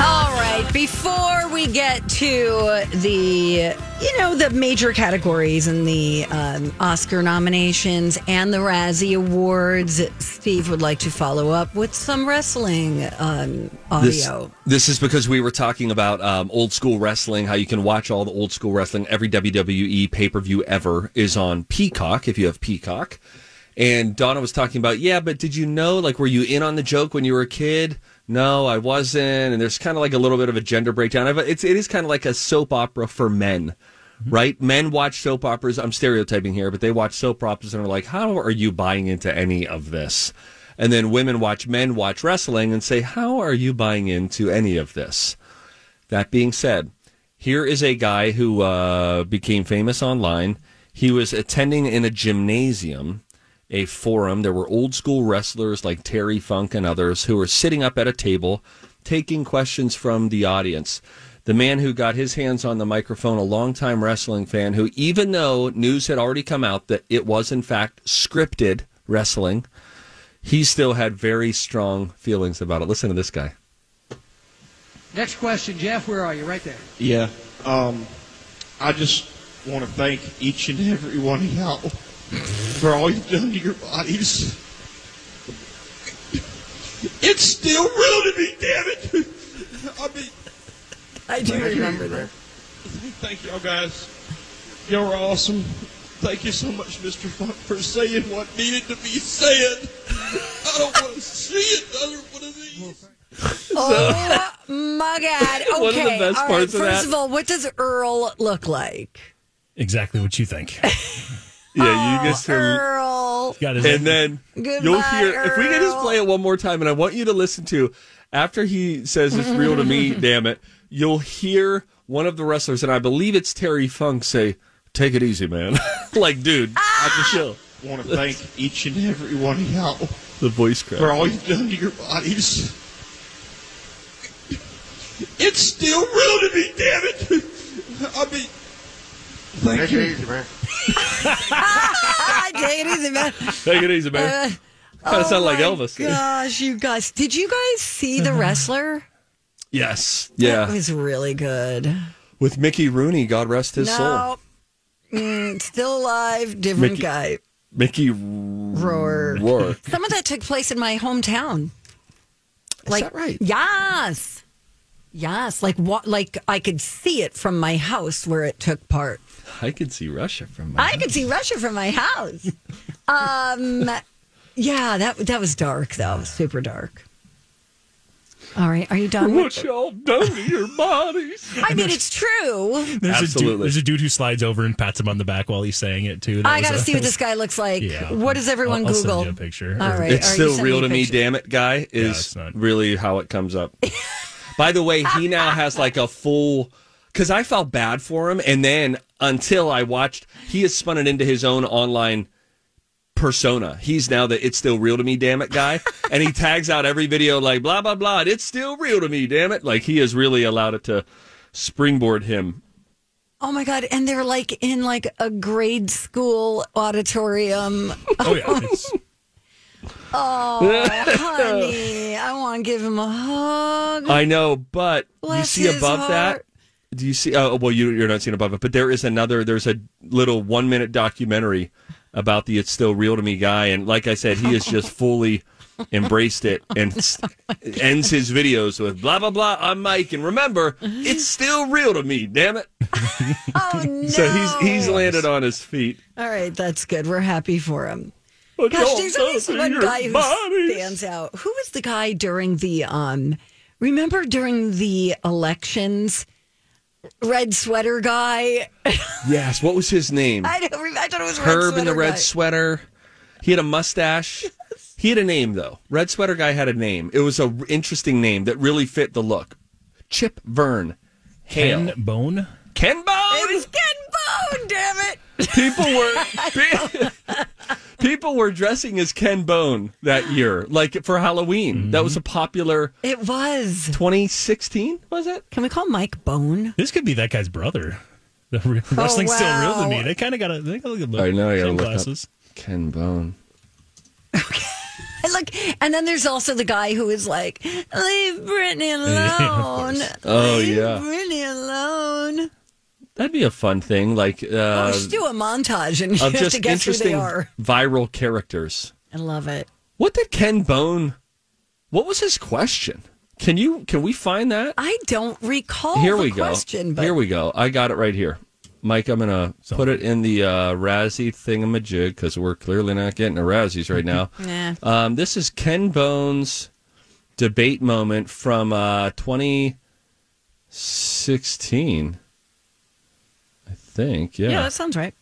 All right, before we get to the, you know, the major categories and the um, Oscar nominations and the Razzie Awards, Steve would like to follow up with some wrestling um, This, audio. this is because we were talking about um, old school wrestling, how you can watch all the old school wrestling. Every WWE pay per view ever is on Peacock if you have Peacock. And Donna was talking about, yeah, but did you know, like, were you in on the joke when you were a kid? No, I wasn't. And there's kind of like a little bit of a gender breakdown. I've- It's it is kind of like a soap opera for men, right? Men watch soap operas. I'm stereotyping here, but they watch soap operas and are like, how are you buying into any of this? And then women watch men watch wrestling and say, how are you buying into any of this? That being said, here is a guy who uh, became famous online. He was attending in a gymnasium a forum. There were old school wrestlers like Terry Funk and others who were sitting up at a table taking questions from the audience. The man who got his hands on the microphone, a longtime wrestling fan, who, even though news had already come out that it was in fact scripted wrestling, he still had very strong feelings about it. Listen to this guy. Next question, Jeff. Where are you? Right there. Yeah. Um, I just want to thank each and every one of y'all for all you've done to your bodies. It's still real to me, damn it! I mean, I do remember that. thank y'all guys. Y'all are awesome. Thank you so much, Mr. Funk, for saying what needed to be said. I don't want to see another one of these. Oh my God. Okay. One of the best all right, parts of first that- of all, what does Earl look like? Exactly what you think. Yeah, you get Oh, Earl. Got his and then Goodbye, you'll hear if we can just Earl. play it one more time and i want you to listen to after he says it's real to me damn it you'll hear one of the wrestlers and i believe it's terry funk say take it easy man like dude i Ah! just chill want to thank each and every one of y'all. the voice for crack all you've done to your bodies. It's still real to me, damn it! I mean, thank you. Ah, take it easy, man. take it easy man Uh, kind of oh sound like elvis Gosh, you guys. Did you guys see The Wrestler? yes That yeah was really good. with mickey rooney god rest his soul No. Mm, still alive, different Mickey- guy. mickey Roar. roar Some of that took place in my hometown. Like, that right? Yes. Yes. Like, what? Like, I could see it from my house where it took part. i could see russia from my I could see Russia from my house. Um, yeah, that that was dark, though. Super dark. All right. Are you done? with- what y'all done to your bodies I mean, it's true. There's A dude, Absolutely. there's a dude who slides over and pats him on the back while he's saying it too. That I was got to a- see what this guy looks like. Yeah. What does everyone I'll- I'll Google? send you a picture. All right. It's or you still send real me to a me, picture. damn it, guy, is it's not- really how it comes up. By the way, he now has like a full. Because I felt bad for him. And then until I watched, he has spun it into his own online persona. He's now the It's Still Real to Me, damn it guy. and he tags out every video like, blah, blah, blah. It's still real to me, damn it. Like he has really allowed it to springboard him. Oh my god! And they're like in like a grade school auditorium. Oh, Oh yeah. It's, Honey, I want to give him a hug. I know, but Bless you Uh, see his above heart. that. Do you see? Oh, well, you, you're not seeing above it, but there is another. There's a little one minute documentary about the "It's Still Real to Me" guy, and like I said, he has just fully embraced it and s- Oh ends his videos with blah blah blah. I'm Mike, and remember, it's still real to me. Damn it! Oh no! So he's he's landed on his feet. All right, that's good. We're happy for him. But Gosh, don't there's at least open one your guy who bodies. stands out. Who was the guy during the um? Remember during the elections, red sweater guy. Yes, what was his name? I don't. Remember, I thought it was red Herb sweater in the red guy. sweater. He had a mustache. He had a name though. Red sweater guy had a name. It was a r- interesting name that really fit the look. Chip Vern. Hale. Ken Bone. Ken Bone. It was Ken Bone. Damn it! people were pe- people were dressing as Ken Bone that year, like for Halloween. That was a popular It was. 2016. Was it? Can we call Mike Bone? This could be that guy's brother. The re- wrestling's still real Oh, wow. to me. They kind of got a. They got a look. I know, I gotta look up. Sunglasses. Ken Bone. And look, and then there's also the guy who is like, leave Brittany alone. Oh, leave yeah. Brittany alone. That'd be a fun thing, like Oh, uh, we should do a montage and you of have just to guess who they interesting are. viral characters. I love it. What did Ken Bone? What was his question? Can you can we find that? I don't recall here the we go. question, but Here we go. I got it right here. Mike, I'm gonna put it in the uh, Razzie thingamajig because we're clearly not getting a Razzies right now. Nah. Um, this is Ken Bone's debate moment from uh, 2016, I think. yeah, that sounds right.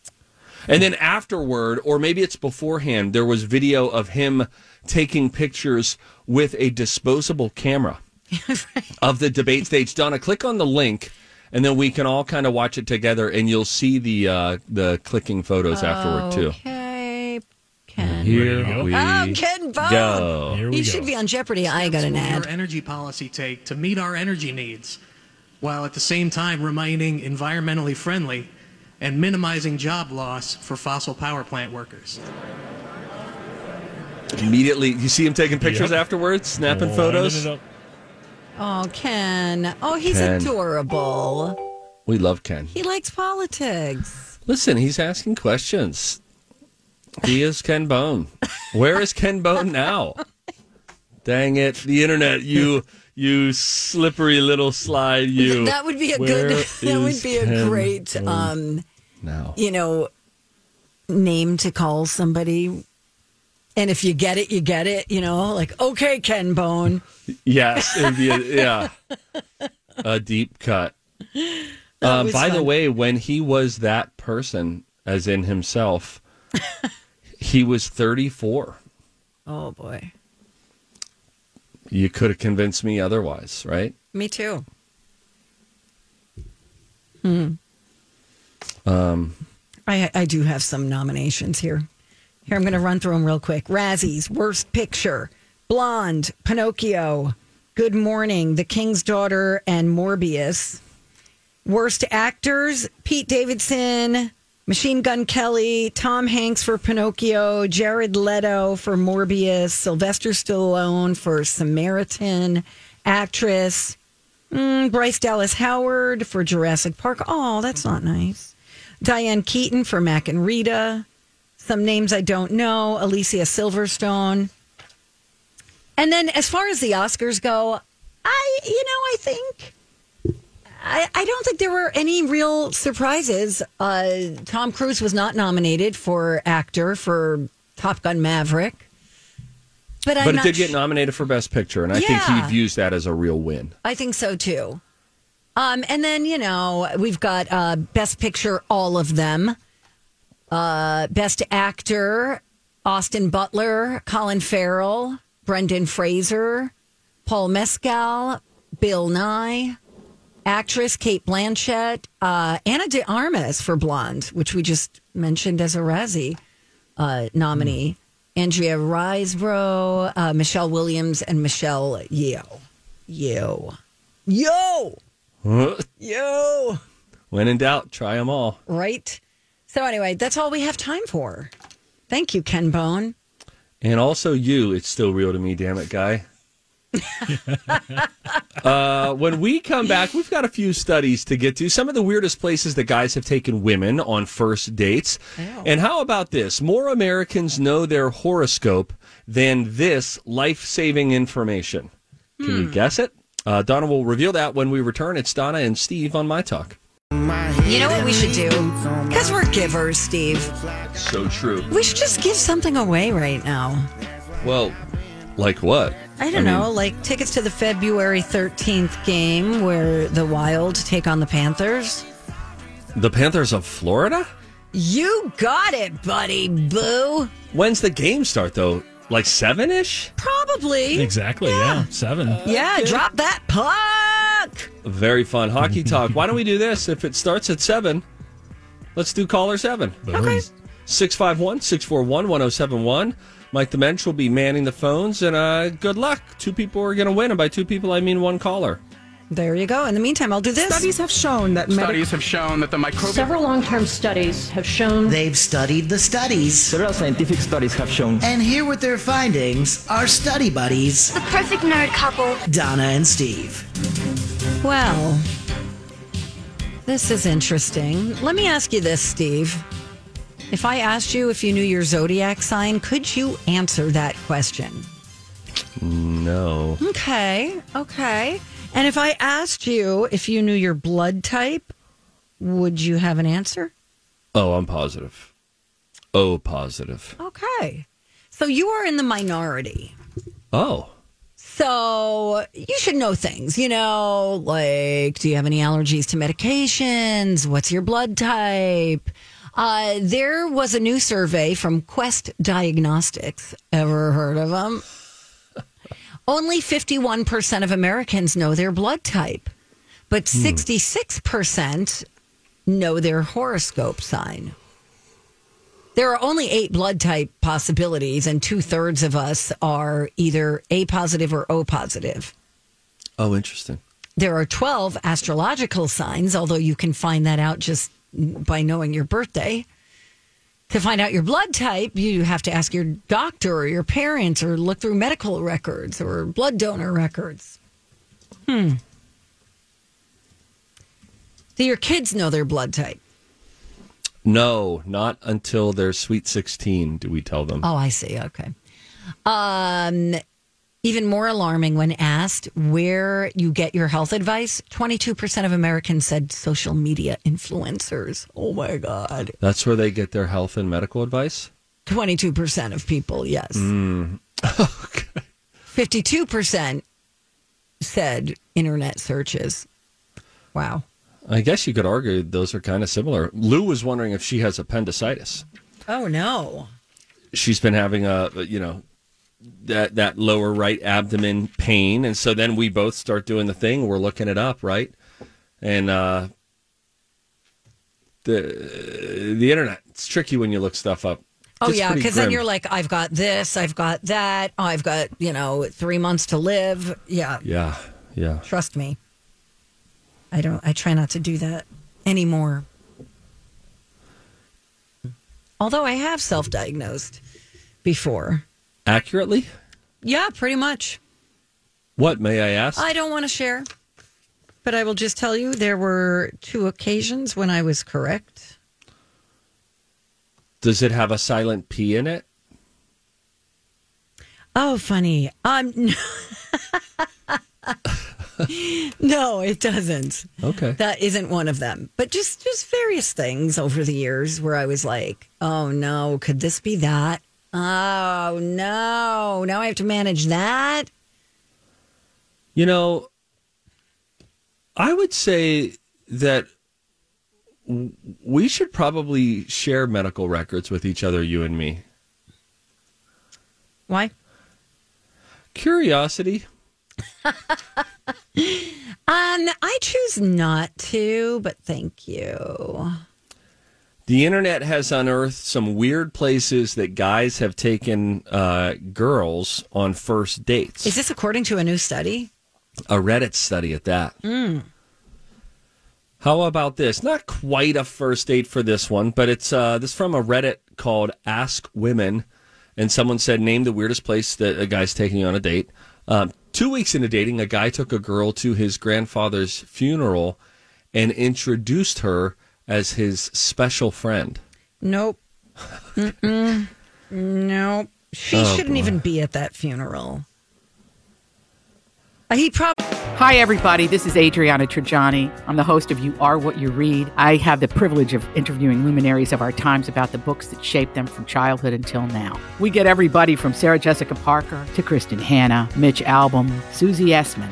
And then afterward, or maybe it's beforehand, there was video of him taking pictures with a disposable camera of the debate stage. Donna, click on the link, and then we can all kind of watch it together, and you'll see the uh, the clicking photos afterward too. Okay, Ken. Ready to Oh. Here go? we Oh, Ken Bone. go. Here we He go. should be on Jeopardy. I got an What will ad. Your energy policy take to meet our energy needs, while at the same time remaining environmentally friendly and minimizing job loss for fossil power plant workers. Immediately, you see him taking pictures Yep. afterwards, snapping Lining photos. it up. Oh, Ken. Oh, he's Ken. adorable. We love Ken. He likes politics. Listen, he's asking questions. He is Ken Bone. Where is Ken Bone now? Dang it, the internet, you you slippery little slide you. that would be a Where good. That would is be a Ken great. Bone um now. you know, name to call somebody. And if you get it, you get it, you know, like, okay, Ken Bone. Yes, it'd be a, yeah. A deep cut. Um, was by the fun. way, when he was that person, as in himself, he was 34. Oh, boy. You could have convinced me otherwise, right? Me too. Hmm. Um, I, I do have some nominations here. Here, I'm going to run through them real quick. Razzies, Worst Picture, Blonde, Pinocchio, Good Morning, The King's Daughter, and Morbius. Worst Actors, Pete Davidson, Machine Gun Kelly, Tom Hanks for Pinocchio, Jared Leto for Morbius, Sylvester Stallone for Samaritan, actress, mm, Bryce Dallas Howard for Jurassic Park. Oh, that's not nice. Diane Keaton for Mac and Rita. Some names I don't know. Alicia Silverstone. And then as far as the Oscars go, I, you know, I think. I, I don't think there were any real surprises. Uh, Tom Cruise was not nominated for actor for Top Gun Maverick, but, I'm but it not did get su- nominated for Best Picture, and I think Yeah. he views that as a real win. I think so too. Um, and then you know we've got uh, best picture, all of them. Uh, best actor: Austin Butler, Colin Farrell, Brendan Fraser, Paul Mescal, Bill Nye. Actress Kate Blanchett, uh, Anna De Armas for Blonde, which we just mentioned as a Razzie uh, nominee, Andrea Riseborough, uh, Michelle Williams, and Michelle Yeoh. Yo. Yo. Yo. When in doubt, try them all. Right? So, anyway, that's all we have time for. Thank you, Ken Bone. And also you, it's still real to me, damn it, guy. uh, when we come back, we've got a few studies to get to. Some of the weirdest places that guys have taken women on first dates. And how about this? More Americans know their horoscope than this life saving information. Hmm. Can you guess it? Uh, Donna will reveal that when we return. It's Donna and Steve on My Talk. You know what we should do? Because we're givers, Steve. So true. We should just give something away right now. Well, like what? I don't mean, know, like tickets to the February 13th game where the Wild take on the Panthers. The Panthers of Florida? You got it, buddy, boo. When's the game start though? Like seven ish? Probably. Exactly. Yeah. Seven. Yeah, drop that puck. Very fun hockey talk. Why don't we do this? If it starts at seven, let's do caller seven. Okay. 651 641 1071. Mike the Mensch will be manning the phones, and uh, good luck. Two people are going to win, and by two people, I mean one caller. There you go. In the meantime, I'll do this. Studies have shown that medic- Studies have shown that the microbial Several long term studies have shown They've studied the studies. Several scientific studies have shown And here with their findings are study buddies, the perfect nerd couple. Donna and Steve. Well, this is interesting. Let me ask you this, Steve. If I asked you if you knew your zodiac sign, could you answer that question? No. Okay, okay. And if I asked you if you knew your blood type, would you have an answer? Oh, I'm positive. Oh, positive. Okay. So you are in the minority. Oh. So you should know things, you know, like do you have any allergies to medications? What's your blood type? Uh, there was a new survey from Quest Diagnostics. Ever heard of them? Only 51% of Americans know their blood type, but 66% know their horoscope sign. There are only eight blood type possibilities, and two thirds of us are either A positive or O positive. Oh, interesting. There are 12 astrological signs, although you can find that out just by knowing your birthday. To find out your blood type, you have to ask your doctor or your parents or look through medical records or blood donor records. Hmm. Do your kids know their blood type? No, not until they're sweet 16 do we tell them. Oh, I see. Okay. Um, even more alarming when asked where you get your health advice, 22% of Americans said social media influencers. Oh my God. That's where they get their health and medical advice? 22% of people, yes. Hmm. okay. 52% said internet searches. Wow. I guess you could argue those are kind of similar. Lou was wondering if she has appendicitis. Oh no. she's been having a you know that that lower right abdomen pain and so then we both start doing the thing we're looking it up right and uh the the internet it's tricky when you look stuff up Oh It's yeah, pretty because then grim. you're like, I've got this, I've got that, oh, I've got you know three months to live. Yeah, yeah yeah trust me. I don't. I try not to do that anymore. Although I have self-diagnosed before. accurately Yeah, pretty much. what may i ask I don't want to share, but I will just tell you there were two occasions when I was correct. does it have a silent p in it Oh, funny. Um, no, it doesn't. okay That isn't one of them, but just just various things over the years where I was like, oh no, could this be that? Oh no, now I have to manage that. You know, I would say that w- we should probably share medical records with each other, you and me. Why? Curiosity. Um, I choose not to, but thank you. The internet has unearthed some weird places that guys have taken uh, girls on first dates. Is this according to a new study? a Reddit study at that. How about this? Not quite a first date for this one, but it's uh, this from a Reddit called Ask Women, and someone said name the weirdest place that a guy's taking you on a date. Um, two weeks into dating, a guy took a girl to his grandfather's funeral and introduced her as his special friend. Nope. Mm-mm. Nope. She shouldn't even be at that funeral. Uh, He probably Hi, everybody. This is Adriana Trajani. I'm the host of You Are What You Read. I have the privilege of interviewing luminaries of our times about the books that shaped them from childhood until now. We get everybody from Sarah Jessica Parker to Kristen Hanna, Mitch Albom, Susie Essman,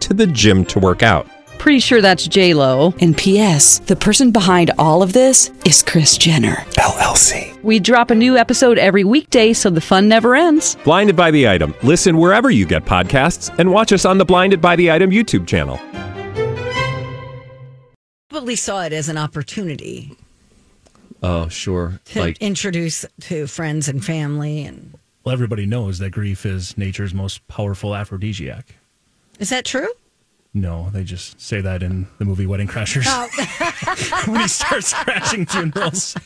to the gym to work out. Pretty sure that's J Lo. And P.S. The person behind all of this is Chris Jenner LLC. We drop a new episode every weekday, so the fun never ends. Blinded by the item. Listen wherever you get podcasts, and watch us on the Blinded by the Item YouTube channel. Probably saw it as an opportunity Oh, sure. to introduce to friends and family. And Well, everybody knows that grief is nature's most powerful aphrodisiac. is that true? No, they just say that in the movie Wedding Crashers. when he starts crashing funerals.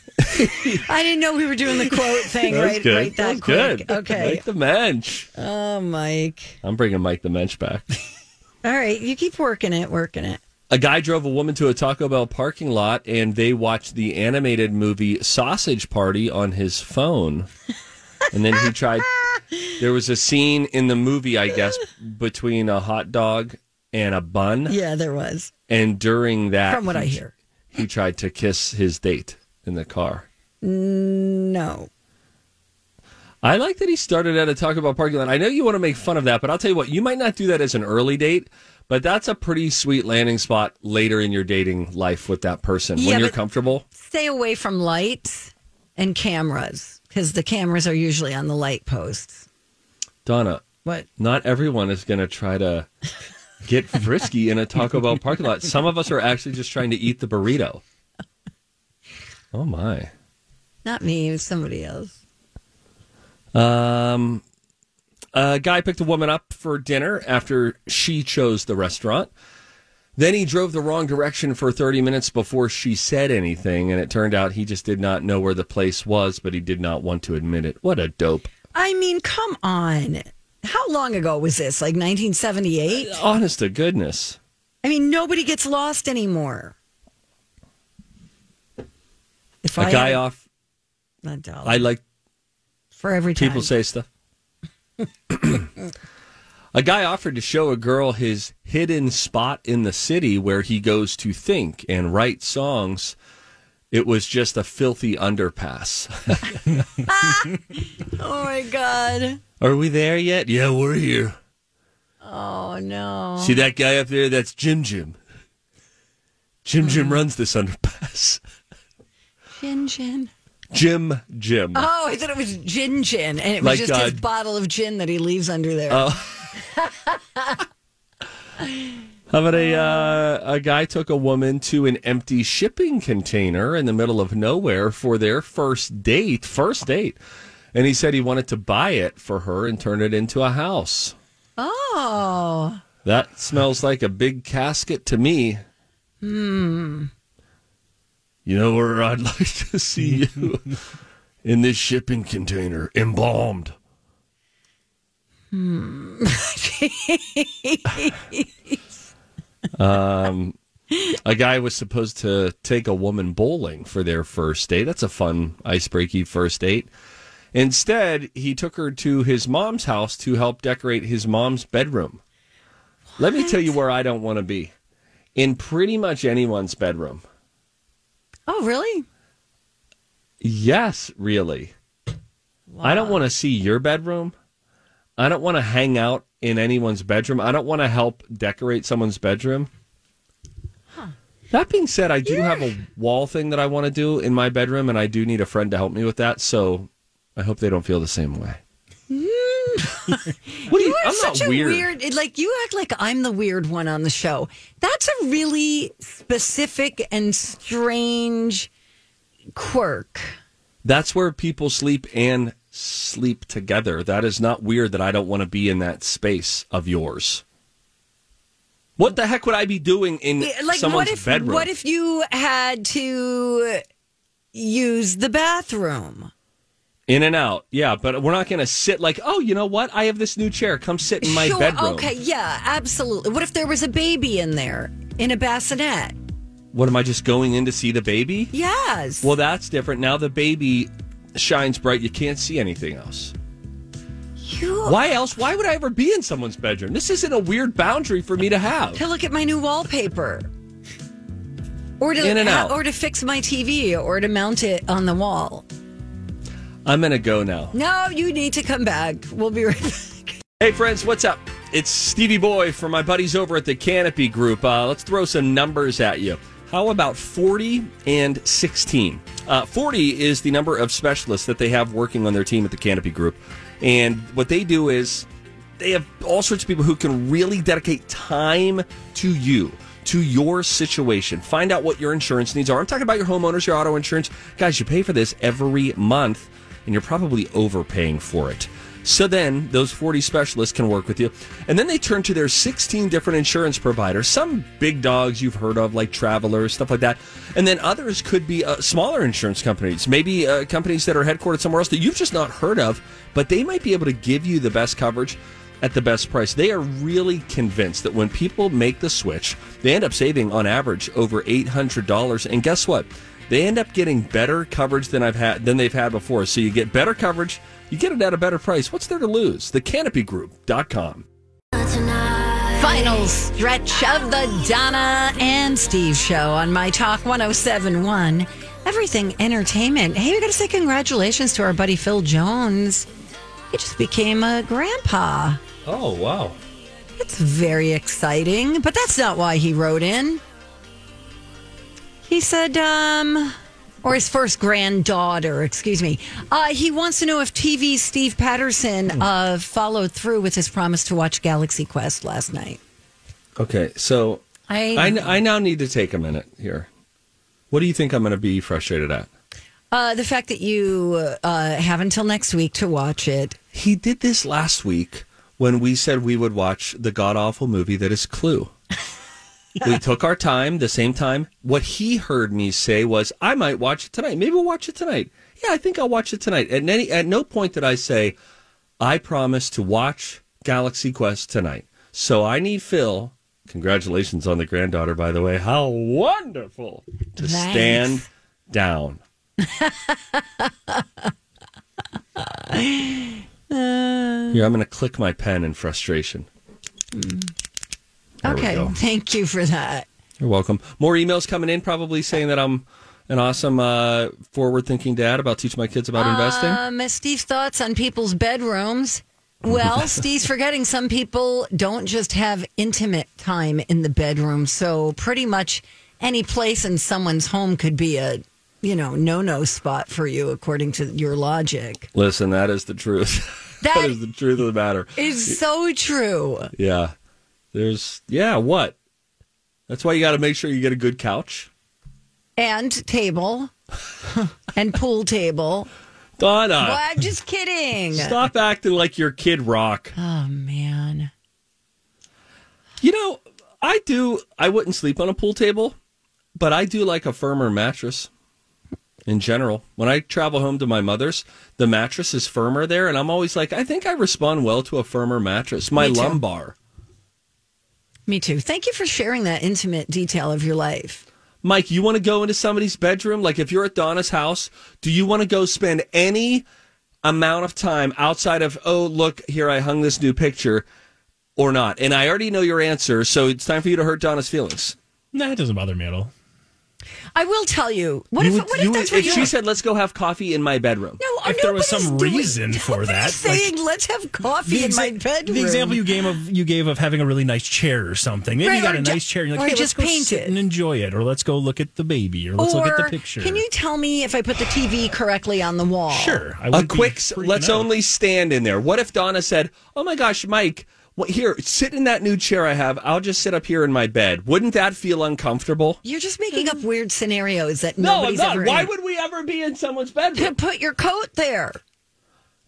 I didn't know we were doing the quote thing That was right, good. right that, was quick. good. Okay. Mike the Mensch. Oh, Mike. I'm bringing Mike the Mensch back. All right. You keep working it, working it. A guy drove a woman to a Taco Bell parking lot and they watched the animated movie Sausage Party on his phone. And then he tried. There was a scene in the movie, I guess, between a hot dog and a bun. Yeah, there was. And during that, From what I he- hear. he tried to kiss his date in the car. No. I like that he started at a Taco Bell parking lot. I know you want to make fun of that, but I'll tell you what, you might not do that as an early date, but that's a pretty sweet landing spot later in your dating life with that person Yeah, when you're but- comfortable. Stay away from lights and cameras because the cameras are usually on the light posts. Donna, What? not everyone is going to try to get frisky in a Taco Bell parking lot. Some of us are actually just trying to eat the burrito. Oh, my. Not me, it was somebody else. Um, a guy picked a woman up for dinner after she chose the restaurant. Then he drove the wrong direction for 30 minutes before she said anything, and it turned out he just did not know where the place was, but he did not want to admit it. What a dope. I mean, come on. How long ago was this? Like 1978? Honest to goodness. I mean, nobody gets lost anymore. If a I guy had- off, Not dollar. I like for every time. people say stuff. a guy offered to show a girl his hidden spot in the city where he goes to think and write songs. It was just a filthy underpass. oh my god. Are we there yet? Yeah, we're here. Oh no. See that guy up there? That's Jim Jim. Jim Jim runs this underpass. Gin gin. Jim Jim. Oh, I thought it was gin gin, and it was Like, just his uh, bottle of gin that he leaves under there. Uh, How about a uh, a guy took a woman to an empty shipping container in the middle of nowhere for their first date? First date, and he said he wanted to buy it for her and turn it into a house. oh. That smells like a big casket to me. Hmm. You know where I'd like to see you? In this shipping container, embalmed. Hmm. Um, a guy was supposed to take a woman bowling for their first date. That's a fun icebreaky first date. Instead, he took her to his mom's house to help decorate his mom's bedroom. Let me tell you where I don't want to be in pretty much anyone's bedroom. oh, really? Yes, really. I don't want to see your bedroom. I don't want to hang out in anyone's bedroom. I don't want to help decorate someone's bedroom. That being said, I do have a wall thing that I want to do in my bedroom, and I do need a friend to help me with that. So I hope they don't feel the same way. What do you- are I'm not such a weird. weird. Like you act like I'm the weird one on the show. That's a really specific and strange quirk. That's where people sleep and sleep together. That is not weird that I don't want to be in that space of yours. What the heck would I be doing in Yeah, like someone's what if bedroom? what if you had to use the bathroom? in and out, yeah. But we're not going to sit like, oh, you know what? I have this new chair. Come sit in my sure, bedroom. okay, yeah, absolutely. What if there was a baby in there in a bassinet? What am I just going in to see the baby? Yes. Well, that's different. Now the baby shines bright. You can't see anything else. You Why else? Why would I ever be in someone's bedroom? This isn't a weird boundary for me to have. to look at my new wallpaper. Or to In and out. or to fix my TV or to mount it on the wall. I'm going to go now. No, you need to come back. We'll be right back. Hey, friends, what's up? It's Stevie Boy from my buddies over at the Canopy Group. Uh, let's throw some numbers at you. How about 40 and 16? Uh, 40 is the number of specialists that they have working on their team at the Canopy Group. And what they do is they have all sorts of people who can really dedicate time to you, to your situation. Find out what your insurance needs are. I'm talking about your homeowners, your auto insurance. Guys, you pay for this every month, and you're probably overpaying for it. So then those 40 specialists can work with you. And then they turn to their 16 different insurance providers, some big dogs you've heard of, like Travelers, stuff like that. And then others could be uh, smaller insurance companies, maybe uh, companies that are headquartered somewhere else that you've just not heard of, but they might be able to give you the best coverage at the best price. They are really convinced that when people make the switch, they end up saving on average over $800. And guess what? They end up getting better coverage than I've had than they've had before. So you get better coverage, you get it at a better price. What's there to lose? TheCanopyGroup.com. Final stretch of the Donna and Steve show on My Talk 1071, Everything Entertainment. Hey, we got to say congratulations to our buddy Phil Jones. He just became a grandpa. Oh wow! It's very exciting, but that's not why he wrote in. He said, um, or his first granddaughter, excuse me. Uh, he wants to know if TV's Steve Patterson uh, followed through with his promise to watch Galaxy Quest last night. Okay, so I- I, I now need to take a minute here. What do you think I'm going to be frustrated at? Uh, the fact that you uh, have until next week to watch it. He did this last week when we said we would watch the god awful movie that is Clue. we took our time, the same time. What he heard me say was, I might watch it tonight. Maybe we'll watch it tonight. Yeah, I think I'll watch it tonight. At, any, at no point did I say, I promise to watch Galaxy Quest tonight. So I need Phil, congratulations on the granddaughter, by the way. How wonderful to Thanks. stand down. Uh, Here, I'm going to click my pen in frustration. There we okay, go. thank you for that. You're welcome. More emails coming in, probably saying that I'm an awesome uh, forward thinking dad about teaching my kids about investing. Um, Steve's thoughts on people's bedrooms. Well, Steve's forgetting some people don't just have intimate time in the bedroom, so pretty much any place in someone's home could be a you know no no spot for you according to your logic. Listen, that is the truth. That that is the truth of the matter. It's so true. Yeah. There's, yeah, what? That's why you got to make sure you get a good couch. And table and pool table. Donna, Well, I'm just kidding. Uh. stop acting like you're Kid Rock. Oh man. You know, I do, I wouldn't sleep on a pool table, but I do like a firmer mattress in general. When I travel home to my mother's, the mattress is firmer there, and I'm always like, I think I respond well to a firmer mattress. My Me too. lumbar, Me too. Thank you for sharing that intimate detail of your life. Mike, you want to go into somebody's bedroom? Like if you're at Donna's house, do you want to go spend any amount of time outside of, oh, look, here I hung this new picture or not? And I already know your answer, so it's time for you to hurt Donna's feelings. Nah, it doesn't bother me at all. I will tell you. What You if would- what if you that's would- what If you she said, let's go have coffee in my bedroom. No, if there was nobody's some doing- reason for that, nobody's saying let's have coffee in my exa- bedroom. the example you gave of you gave of having a really nice chair or something. Maybe Right, you got or a ju- nice chair. And you're or like, hey, just let's go paint sit it." and enjoy it, or let's go look at the baby, or let's or look at the picture. can you tell me if I put the TV correctly on the wall? Sure, I a would be quick s- freaking let's out. only stand in there. What if Donna said, "Oh my gosh, Mike, what, here, sit in that new chair I have. I'll just sit up here in my bed." Wouldn't that feel uncomfortable? You're just making up weird scenarios that No, I'm nobody's not. ever. Why in. would we ever be in someone's bedroom? Put your coat there.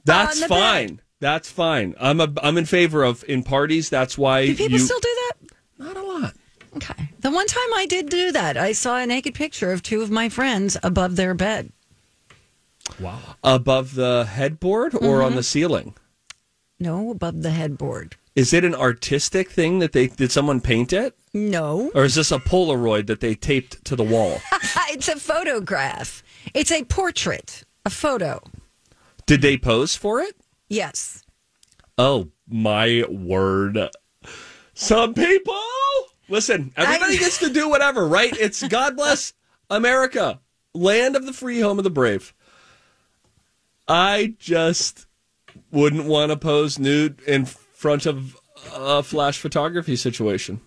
That's the bed. fine. That's fine. I'm a, I'm in favor of in parties. That's why Do people you- still do that? Not a lot. Okay. The one time I did do that, I saw a naked picture of two of my friends above their bed. Wow. Above the headboard or on Mm-hmm. the ceiling? No, above the headboard. Is it an artistic thing that they did someone paint it? No. Or is this a Polaroid that they taped to the wall? it's a photograph. It's a portrait, a photo. Did they pose for it? Yes. Oh my word. Some people listen, everybody gets to do whatever, right? It's God bless America, land of the free, home of the brave. I just wouldn't want to pose nude in front of a flash photography situation.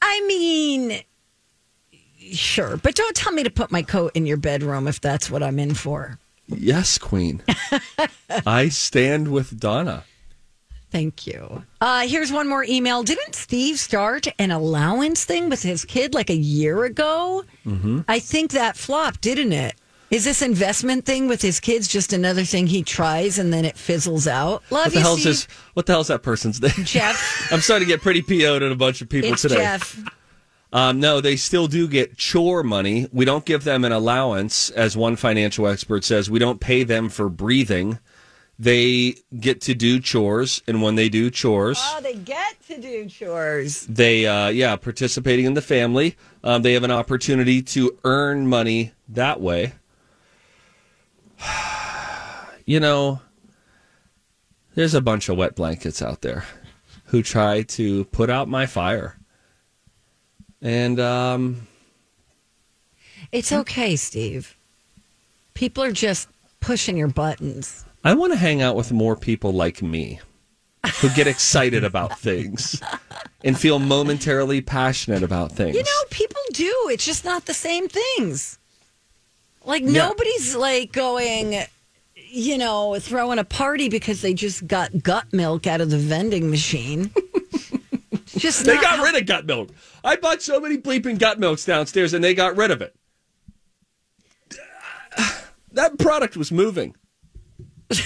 I mean, sure, but don't tell me to put my coat in your bedroom if that's what I'm in for. Yes, Queen. I stand with Donna. Thank you. Uh, here's one more email. Didn't Steve start an allowance thing with his kid like a year ago? Mm-hmm. I think that flopped, didn't it? Is this investment thing with his kids just another thing he tries and then it fizzles out? Love what the you, hell's Steve. this? What the hell's that person's name? Jeff. I'm starting to get pretty PO'd at a bunch of people It's today. Jeff. Um, no, they still do get chore money. We don't give them an allowance, as one financial expert says. We don't pay them for breathing. They get to do chores, and when they do chores, Oh, they get to do chores. they uh, yeah participating in the family. Um, they have an opportunity to earn money that way. you know, there's a bunch of wet blankets out there who try to put out my fire, and um, It's okay, Steve. People are just pushing your buttons. I want to hang out with more people like me who get excited about things and feel momentarily passionate about things. You know, people do. It's just not the same things. Like Yeah. nobody's like going, you know, throwing a party because they just got gut milk out of the vending machine. It's just they not got how- rid of gut milk. I bought so many bleeping gut milks downstairs, and they got rid of it. That product was moving. if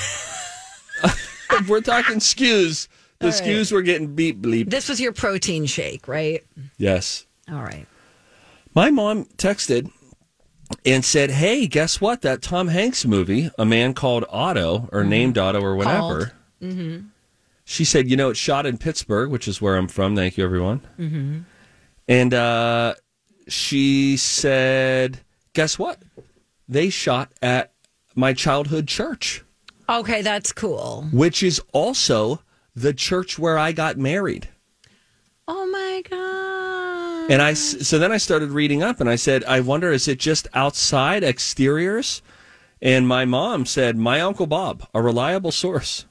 we're talking skews, the All right. skews were getting beep bleep. This was your protein shake, right? Yes. All right. My mom texted and said, "Hey, guess what? That Tom Hanks movie, A Man Called Otto, or named Otto, or whatever." Mm-hmm. She said, "You know, it's shot in Pittsburgh, which is where I'm from. Thank you, everyone." Mm-hmm. And uh, she said, Guess what? They shot at my childhood church, Okay, that's cool. which is also the church where I got married. Oh my god. And I, s- so then I started reading up and I said, I wonder, is it just outside exteriors? And my mom said, My Uncle Bob, a reliable source,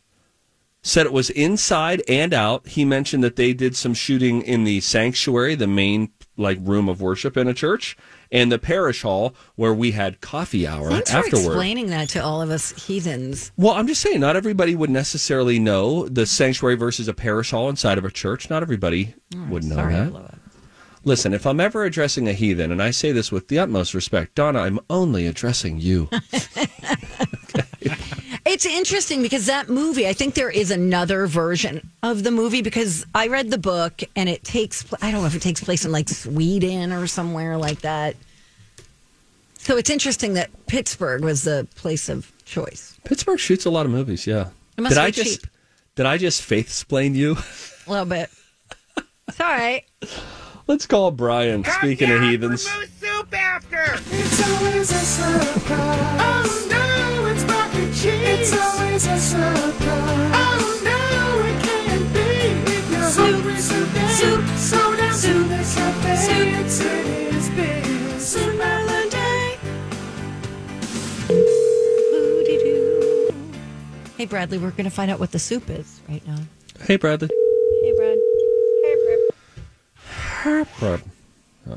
said it was inside and out. He mentioned that they did some shooting in the sanctuary, the main like room of worship in a church, and the parish hall where we had coffee hour Thanks for afterward. explaining that to all of us heathens. Well, I'm just saying, not everybody would necessarily know the sanctuary versus a parish hall inside of a church. Not everybody would know that. Listen, if I'm ever addressing a heathen, and I say this with the utmost respect, Donna, I'm only addressing you. It's interesting because that movie, I think there is another version of the movie because I read the book and it takes, pl- I don't know if it takes place in like Sweden or somewhere like that. So it's interesting that Pittsburgh was the place of choice. Pittsburgh shoots a lot of movies, yeah. It must did be I just cheap. did I just faith splain you? A little bit. It's all right. Let's call Brian. speaking of heathens, Soup after. It's always a surprise. Oh no, it's mac and cheese. It's always a surprise. Oh no, it can't be. If you're Soup, hungry today, soup, slow down soup, to the cafe. soup. It's it is big. Soup day. Hey, Bradley, we're going to find out what the soup is right now. hey Bradley. Hey, Brad. Brad.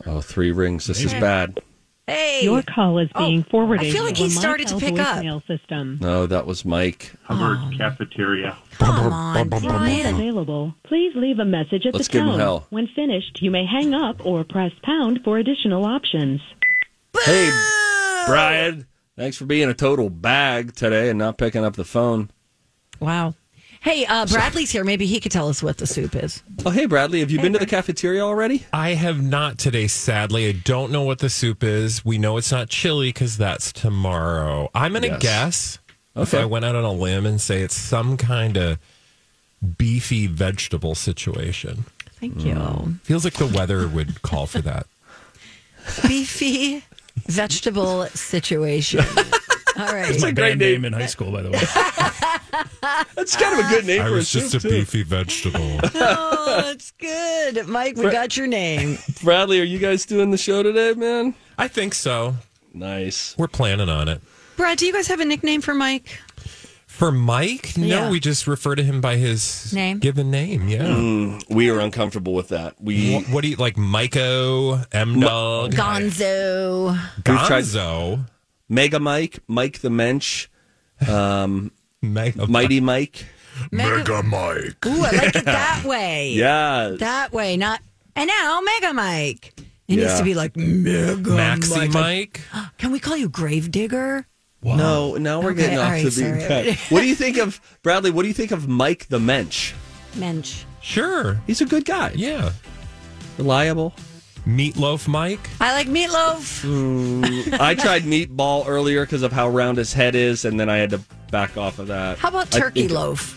Oh, three rings. This is Hey. bad. Hey. Your call is being forwarded. Oh, I feel like to he a started to Mitel pick up. voicemail System. No, that was Mike. Hubbard cafeteria. Come on, If not available, please leave a message at Let's the give him tone. hell. When finished, you may hang up or press pound for additional options. Hey, Brian. Thanks for being a total bag today and not picking up the phone. Wow. Hey, uh, Bradley's here. Maybe he could tell us what the soup is. Oh, hey, Bradley, have you been to the cafeteria already? I have not today, sadly. I don't know what the soup is. We know it's not chili because that's tomorrow. I'm going to Yes. guess if Okay. I went out on a limb and say it's some kind of beefy vegetable situation. Thank you. Feels like the weather would call for that. Beefy vegetable situation. All right. That's my band name in high school, by the way. That's kind of a good name I for was a just a soup, too. beefy vegetable. Oh, it's good. Mike, we Right. got your name. Bradley, are you guys doing the show today, man? I think so. Nice. We're planning on it. Brad, do you guys have a nickname for Mike? For Mike, no, Yeah. we just refer to him by his Name? given name. Yeah. Mm, we are uncomfortable with that. We What, what do you like, Miko, M Dog, Gonzo. We've tried- Gonzo? Mega Mike, Mike the Mensch, um, Mighty Mike. Mega- Mega Mike. Ooh, I like it that way. Yes. That way, not. And now Mega Mike. It needs Yeah. to be like Mega Maxi Mike. Mike? Like, Can we call you Gravedigger? No, now we're Okay, getting off all to right, the sorry. What do you think of Bradley? What do you think of Mike the Mensch? Mensch. Sure. He's a good guy. Yeah. Reliable. Meatloaf Mike. I like meatloaf. Mm, I tried meatball earlier because of how round his head is, and then I had to back off of that. How about I turkey think- loaf?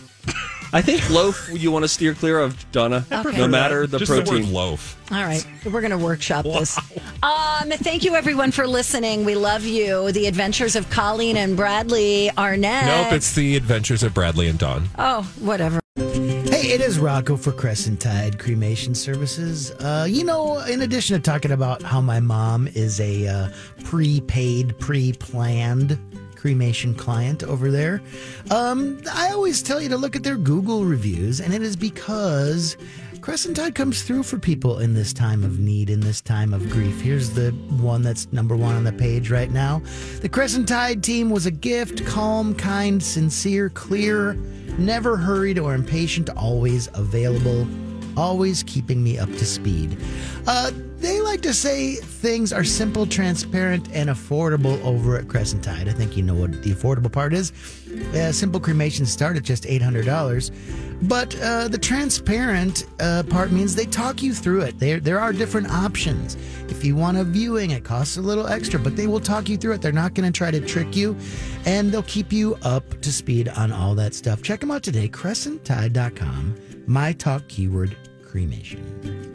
I think loaf you want to steer clear of, Donna. I prefer No matter that. the Just the word protein. loaf. All right, we're going to workshop this. Um, thank you, everyone, for listening. We love you. The Adventures of Colleen and Bradley are next. Nope, it's the Adventures of Bradley and Don. oh, whatever. Hey, it is Rocco for Crescent Tide Cremation Services. Uh, you know, in addition to talking about how my mom is a uh, prepaid, pre planned cremation client over there, um, I always tell you to look at their Google reviews, and it is because. Crescent Tide comes through for people in this time of need, in this time of grief. Here's the one that's number one on the page right now. The Crescent Tide team was a gift, calm, kind, sincere, clear, never hurried or impatient, always available, always keeping me up to speed. Uh, they like to say things are simple, transparent, and affordable over at Crescent Tide. I think you know what the affordable part is. Uh, simple cremations start at just $800. But uh, the transparent uh, part means they talk you through it. There, there are different options. If you want a viewing, it costs a little extra, but they will talk you through it. They're not going to try to trick you, and they'll keep you up to speed on all that stuff. Check them out today, crescenttide.com, my talk keyword cremation.